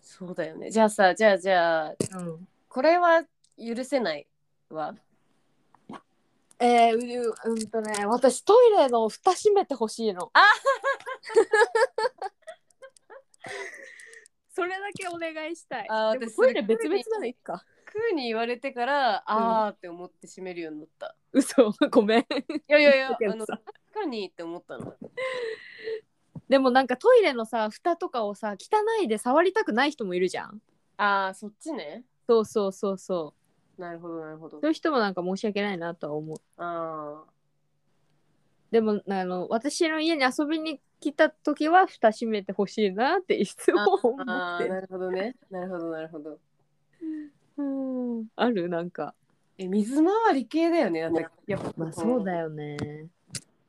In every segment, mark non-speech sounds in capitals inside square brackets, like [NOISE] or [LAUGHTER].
そうだよねじゃあさじゃあじゃあうんこれは許せないわえー、うううんとね私トイレの蓋閉めてほしいの [LAUGHS] それだけお願いしたいあーでも私トイレ別々ならいいかクーに言われてからあーって思って閉めるようになった、嘘 [LAUGHS] ごめんいやいやいや [LAUGHS] 言あってのた確かにって思ったのでもなんかトイレのさ蓋とかをさ汚いで触りたくない人もいるじゃんあーそっちねそうそうそうそうなるほどなるほどそういう人もなんか申し訳ないなとは思うあでもあの私の家に遊びに来た時は蓋閉めてほしいなっていつーあも思ーあっーてなるほどねなるほどなるほどうんあるなんかえ水回り系だよねなんかやっぱまあそうだよね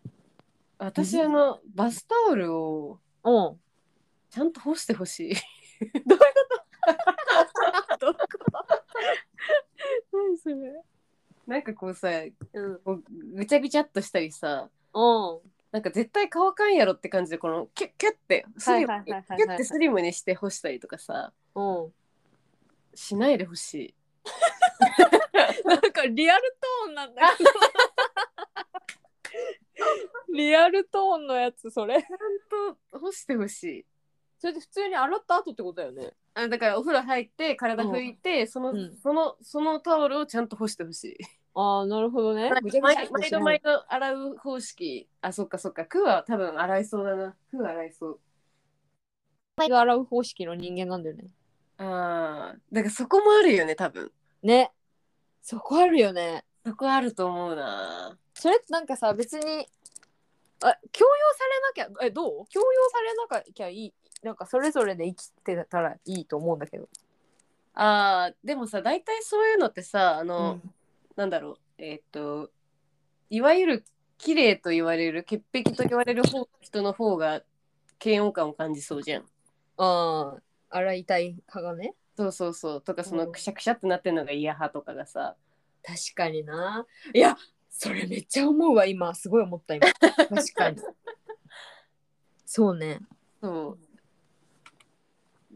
[LAUGHS] 私あのバスタオルをうんちゃんと干してほしい [LAUGHS] どういうこと何それなんかこうさうんこうぐちゃぐちゃっとしたりさうんなんか絶対乾かんやろって感じでこのキュッキュッてスリムはいはいキはいはいはュッいてスリムにして干したりとかさうんしないでほしいなんかリアルトーンなんだ [LAUGHS] けどリアルトーンのやつそれちゃんと干してほしいそれで普通に洗った後ってことだよねあだからお風呂入って体拭いて、その、うんそのそのタオルをちゃんと干してほしいああなるほどねぐちゃぐちゃ毎っと毎しな度い毎度洗う方式あそっかそっかクーは多分洗いそうだなクー洗いそう毎度洗う方式の人間なんだよねあーだからそこもあるよね多分ねそこあるよねそこあると思うなそれってなんかさ別にあ強要されなきゃえどう強要されなきゃいいなんかそれぞれで生きてたらいいと思うんだけど、あーでもさ大体そういうのってさあうの、なんだろうえーっといわゆる綺麗と言われる潔癖と言われる方人の方が嫌悪感を感じそうじゃんああ洗いたい派がねそうそうそうとかそうのんくしゃくしゃってなってるのが嫌派とかがさ確かにないやそれめっちゃ思うわ今すごい思った [LAUGHS] 今確かにそうねそう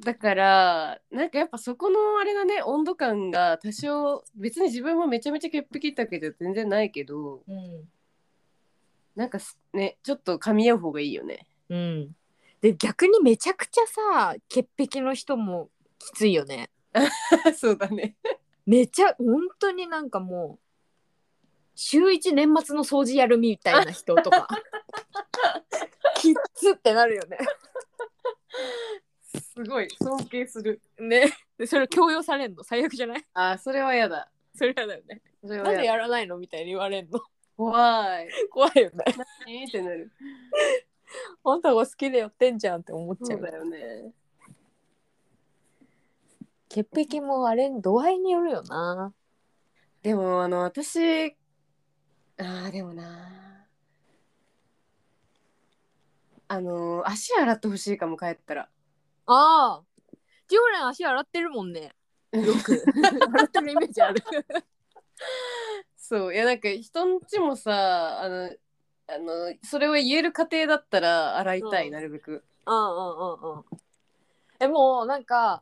だからなんかやっぱそこのあれだね温度感が多少別に自分もめちゃめちゃ潔癖ってわけじゃ全然ないけどうん、なんかすねちょっと噛み合う方がいいよねうん、で逆にめちゃくちゃさ潔癖の人もきついよね [LAUGHS] そうだねめちゃ本当になんかもう週一年末の掃除やるみたいな人と [LAUGHS] かきっつってなるよね。 [LAUGHS] すごい尊敬するねでそれ強要されんの最悪じゃないあーそれは嫌だそれはだよね。それなはんで嫌だやらないのみたいに言われんの [LAUGHS] 怖い怖いよね。えーってなるあんたが好きでやってんじゃんって思っちそゃうう。だよね潔癖もあれ度合いによるよな。でもあの私あーでもなあの足洗ってほしいかも帰ったらああジオレン足洗ってるもんね。よ [LAUGHS] く洗ってるイメージある。そういやなんか人んちもさあのあのそれを言える家庭だったら洗いたい、うんなるべくうんうんうんうん。えもうなんか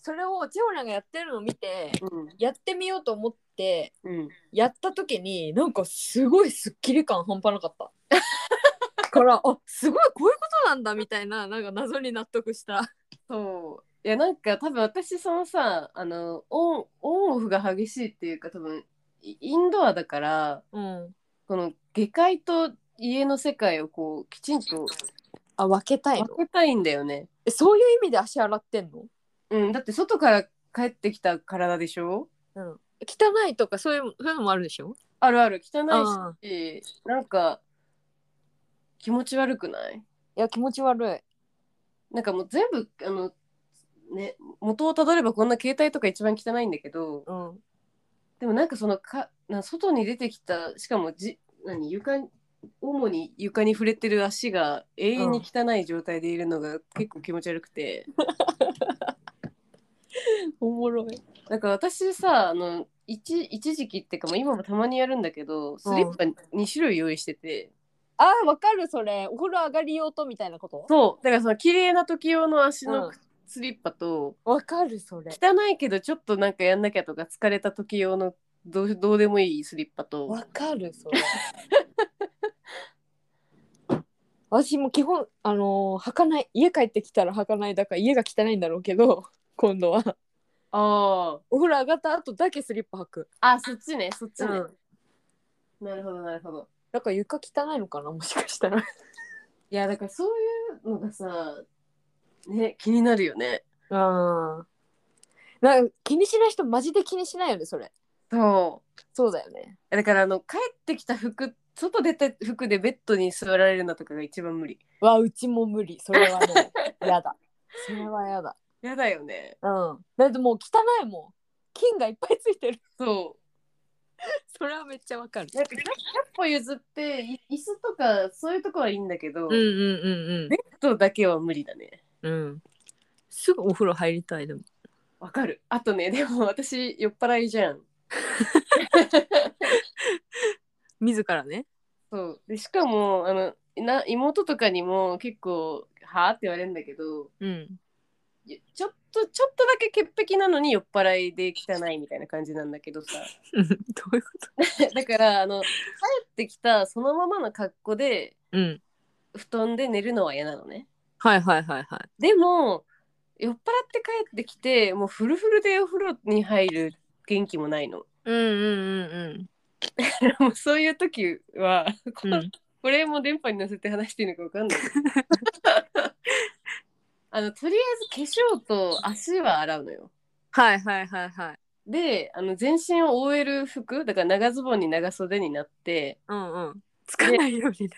それをジオラがやってるのを見てうんやってみようと思ってうんやった時になんかすごいスッキリ感半端なかった。からあすごいこういうことなんだみたいななんか謎に納得した。そういやなんか多分私そのさあのオンオンオフが激しいっていうか多分イインドアだからうん。この下界と家の世界をこうきちんとあ分けたいの分。けたいんだよね、えそういう意味で足洗ってんの？うん、だって外から帰ってきた体でしょうん。汚いとかそういうそういうのもあるでしょ？あるある汚あいしなんか気持ち悪くないいや気持ち悪い。なんかもう全部あのね元をたどればこんな携帯とか一番汚いんだけどうん。でもなんかそのかな外に出てきたしかもじ何床に主に床に触れてる足が永遠に汚い状態でいるのが結構気持ち悪くて、おもろい。なんか私さあの一一時期っていうかもう今もたまにやるんだけどスリッパ2種類用意してて、あーわかるそれお風呂上がり用とみたいなこと？そうだからその綺麗な時用の足のうんスリッパとわかるそれ汚いけどちょっとなんかやんなきゃとか疲れた時用のどうどうでもいいスリッパとわかるそれ [LAUGHS] 私も基本あのー履かない家帰ってきたら履かないだから家が汚いんだろうけど [LAUGHS] 今度はあお風呂上がった後だけスリッパ履く、ああそっちねそっちね、なるほどなるほどだから床汚いのかなもしかした [LAUGHS] らいやだからそういうのがさね気になるよねあなんか気にしない人マジで気にしないよねそれそうそうだよねだからあの帰ってきた服外出た服でベッドに座られるのとかが一番無理わうちも無理それはね [LAUGHS] やだそれはやだやだよねうんだってもう汚いもん菌がいっぱいついてる [LAUGHS] そそれはめっちゃわかるうなんか100歩譲ってい椅子とかそういうとこはいいんだけど、うんうんうんベッドだけは無理だねうんうんすぐお風呂入りたいでもわかるあとねでも私酔っ払いじゃん自らねそうでしかもあのな妹とかにも結構「はあ?」って言われるんだけど [LAUGHS] うんいちょっとちょっとだけ潔癖なのに酔っ払いで汚いみたいな感じなんだけどさ [LAUGHS] どういうことだからあの帰ってきたそのままの格好でうん布団で寝るのは嫌なのねはいはいはいはいでも酔っ払って帰ってきてもうフルフルでお風呂に入る元気もないの [LAUGHS] うんうんうんもうそういう時はこ,、うんこれも電波に乗せて話していいのか分かんない [LAUGHS] あのとりあえず化粧と足は洗うのよはいはいはいはいであの全身を覆える服だから長ズボンに長袖になってうんうんつかないようにね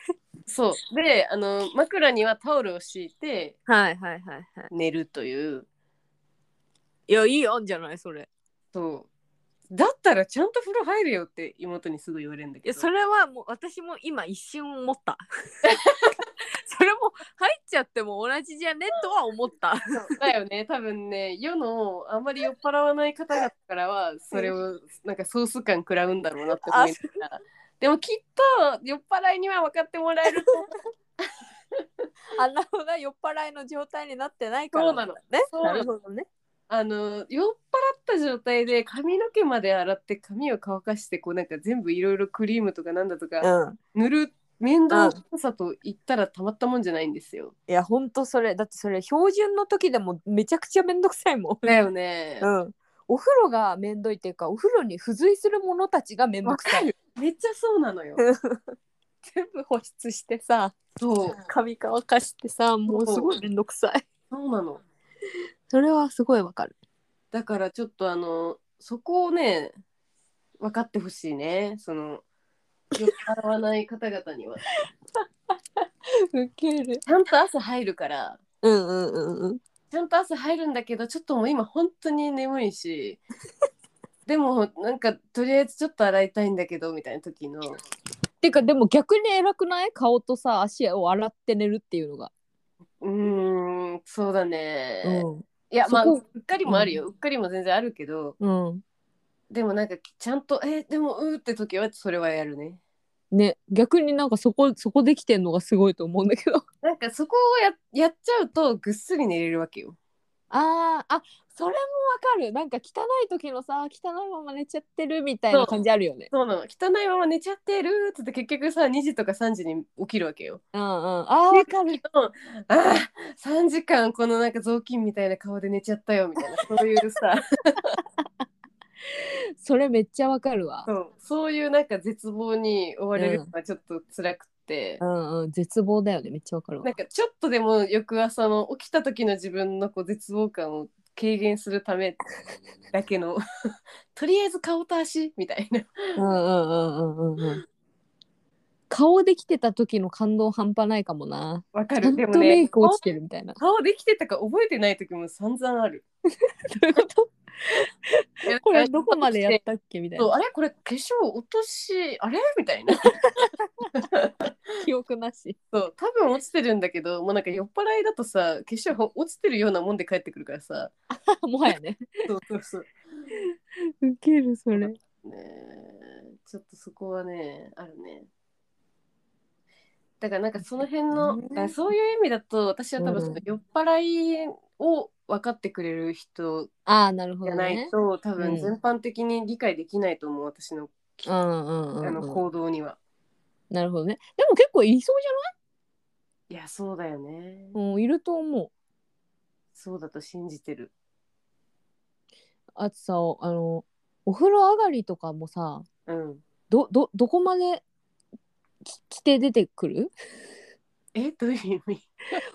そうであの枕にはタオルを敷いてはいはいはいはい寝るといういやいい案じゃないそれそうだったらちゃんと風呂入るよって妹にすぐ言われるんだいけやどそれはもう私も今一瞬思った [LAUGHS] それも入っちゃっても同じじゃねとは思っただよね多分ね世のあんまり酔っ払わない方々からはそれをなんかソース感食らうんだろうなって思いながらでもきっと酔っ払いには分かってもらえると思うあんなほな酔っ払いの状態になってないからそうなのねそうななのるほどねあの酔っ払った状態で髪の毛まで洗って髪を乾かしてこうなんか全部いろいろクリームとかなんだとか、うん塗る面倒くさと言ったらたまったもんじゃないんですよ。いやほんとそれだってそれ標準の時でもめちゃくちゃめんどくさいもんだよね。うんお風呂がめんどいっていうかお風呂に付随するものたちがめんどわくさかいる。めっちゃそうなのよ。全部保湿してさそう。髪乾かしてさもうすごいめんどくさいそうなの。それはすごいわかるだからちょっとあのそこをね分かってほしいね。その酔っ払わない方々には。 [LAUGHS] [LAUGHS] ウケるちゃんと朝入るから。うんうんうんうんちゃんと朝入るんだけどちょっともう今本当に眠いし [LAUGHS] でもなんかとりあえずちょっと洗いたいんだけどみたいな時のてかでも逆に偉くない顔とさ足を洗って寝るっていうのが、うーんそうだね、うんいやそこまあうっかりもあるよ、うっかりも全然あるけどうんでもなんかちゃんとえでもうーって時はそれはやるねね逆になんかそこそこできてんのがすごいと思うんだけどなんかそこをややっちゃうとぐっすり寝れるわけよあーあそれもわかるなんか汚い時のさ汚いまま寝ちゃってるみたいな感じあるよねそうなの汚いまま寝ちゃってるっつって結局さ2時とか3時に起きるわけようんうんあーわかるあー3時間このなんか雑巾みたいな顔で寝ちゃったよみたいなそういう [LAUGHS] さそれめっちゃわかるわそうそういうなんか絶望に追われるのがちょっと辛くって、うんうん絶望だよねめっちゃわかるわなんかちょっとでも翌朝の起きた時の自分のこう絶望感を軽減するためだけの [LAUGHS] とりあえず顔と足みたいなうんうんうんうんうんうん顔できてた時の感動半端ないかもなわかちゃるんでもとメイねク落顔ちてるみたいな顔できてたか覚えてない時も散々あるどういうことこれどこまでやったたっけみたいそうなあれこれ化粧落としあれみた [LAUGHS] いな記憶なし [LAUGHS] そう多分落ちてるんだけどもうなんか酔っ払いだとさ化粧落ちてるようなもんで帰ってくるからさもはやねそうそうそうウケるそれねえちょっとそこはねあるねだからなんかその辺の、ねだからそういう意味だと私は多分うんその酔っ払いを分かってくれる人ああなるほじゃどないね。と、多うん分全般的に理解できないと思う私のうんうんうあのんうん、行動には。なるほどね。でも結構いそうじいやそうだよね。ゃない、うん、いると思う。そうだと信じてる。あとさあのお風呂上がりとかもさうん。どどどこまでき着て出てくるえどういう意味？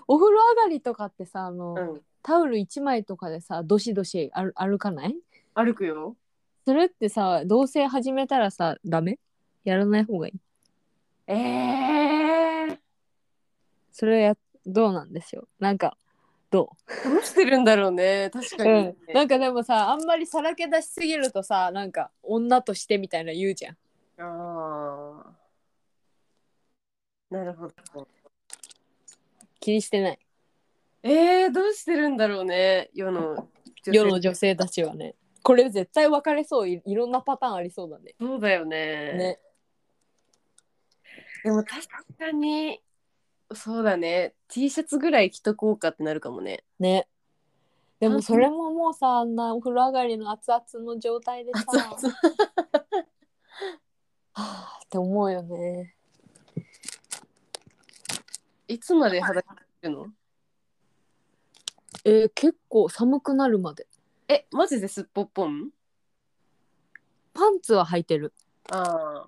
お風呂上がりとかってさあの、うん。タオル1枚とかでさどしどし歩歩かない歩くよ。それってさ同棲始めたらさダメやらない方がいいええそれやどうなんですよなんかどー、どうしてるんだろうね。確う、かに、なんかでもさあんまりさらけ出しすぎるとさなんか女としてみたいな言うじゃんああ。なるほど。気にしてないえー、どうしてるんだろうね。世の女性世の女性たちはねこれ絶対別れそういいろんなパターンありそうだねそうだよねねでも確かに、そうだね。T シャツぐらい着とこうかってなるかもね。ねでもあそれももうさあんなお風呂上がりの熱々の状態でさ熱々 [LAUGHS] はあって思うよねいつまで裸になるのえー結構寒くなるまでえ、マジですっぽっぽんパンツは履いてるああ。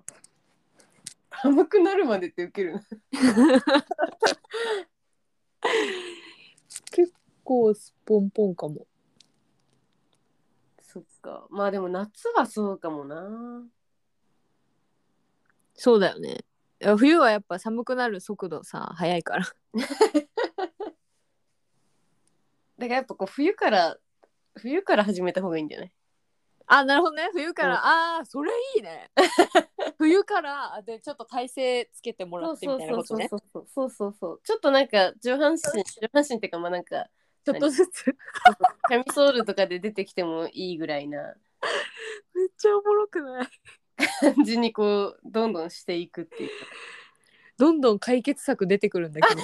寒くなるまでってウケるな。こうすっぽんぽんかもそっか。まあでも夏はそうかもな。そうだよねいや冬はやっぱ寒くなる速度さ早いから [LAUGHS] だからやっぱこう冬から、冬から始めた方がいいんじゃないあなるほどね冬から、うんあーそれいいね [LAUGHS] 冬からあでちょっと体勢つけてもらってみたいなことねそうそうそうそうそうちょっとなんか上半身上半身っていうかまあなん [LAUGHS] かちょっとずつキャミソールとかで出てきてもいいぐらいな [LAUGHS] [LAUGHS] めっちゃおもろくない感じにこうどんどんしていくっていうかどんどん解決策出てくるんだけど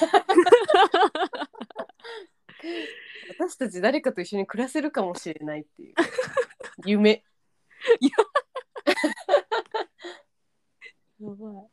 私たち誰かと一緒に暮らせるかもしれないって [LAUGHS] いう夢やばい。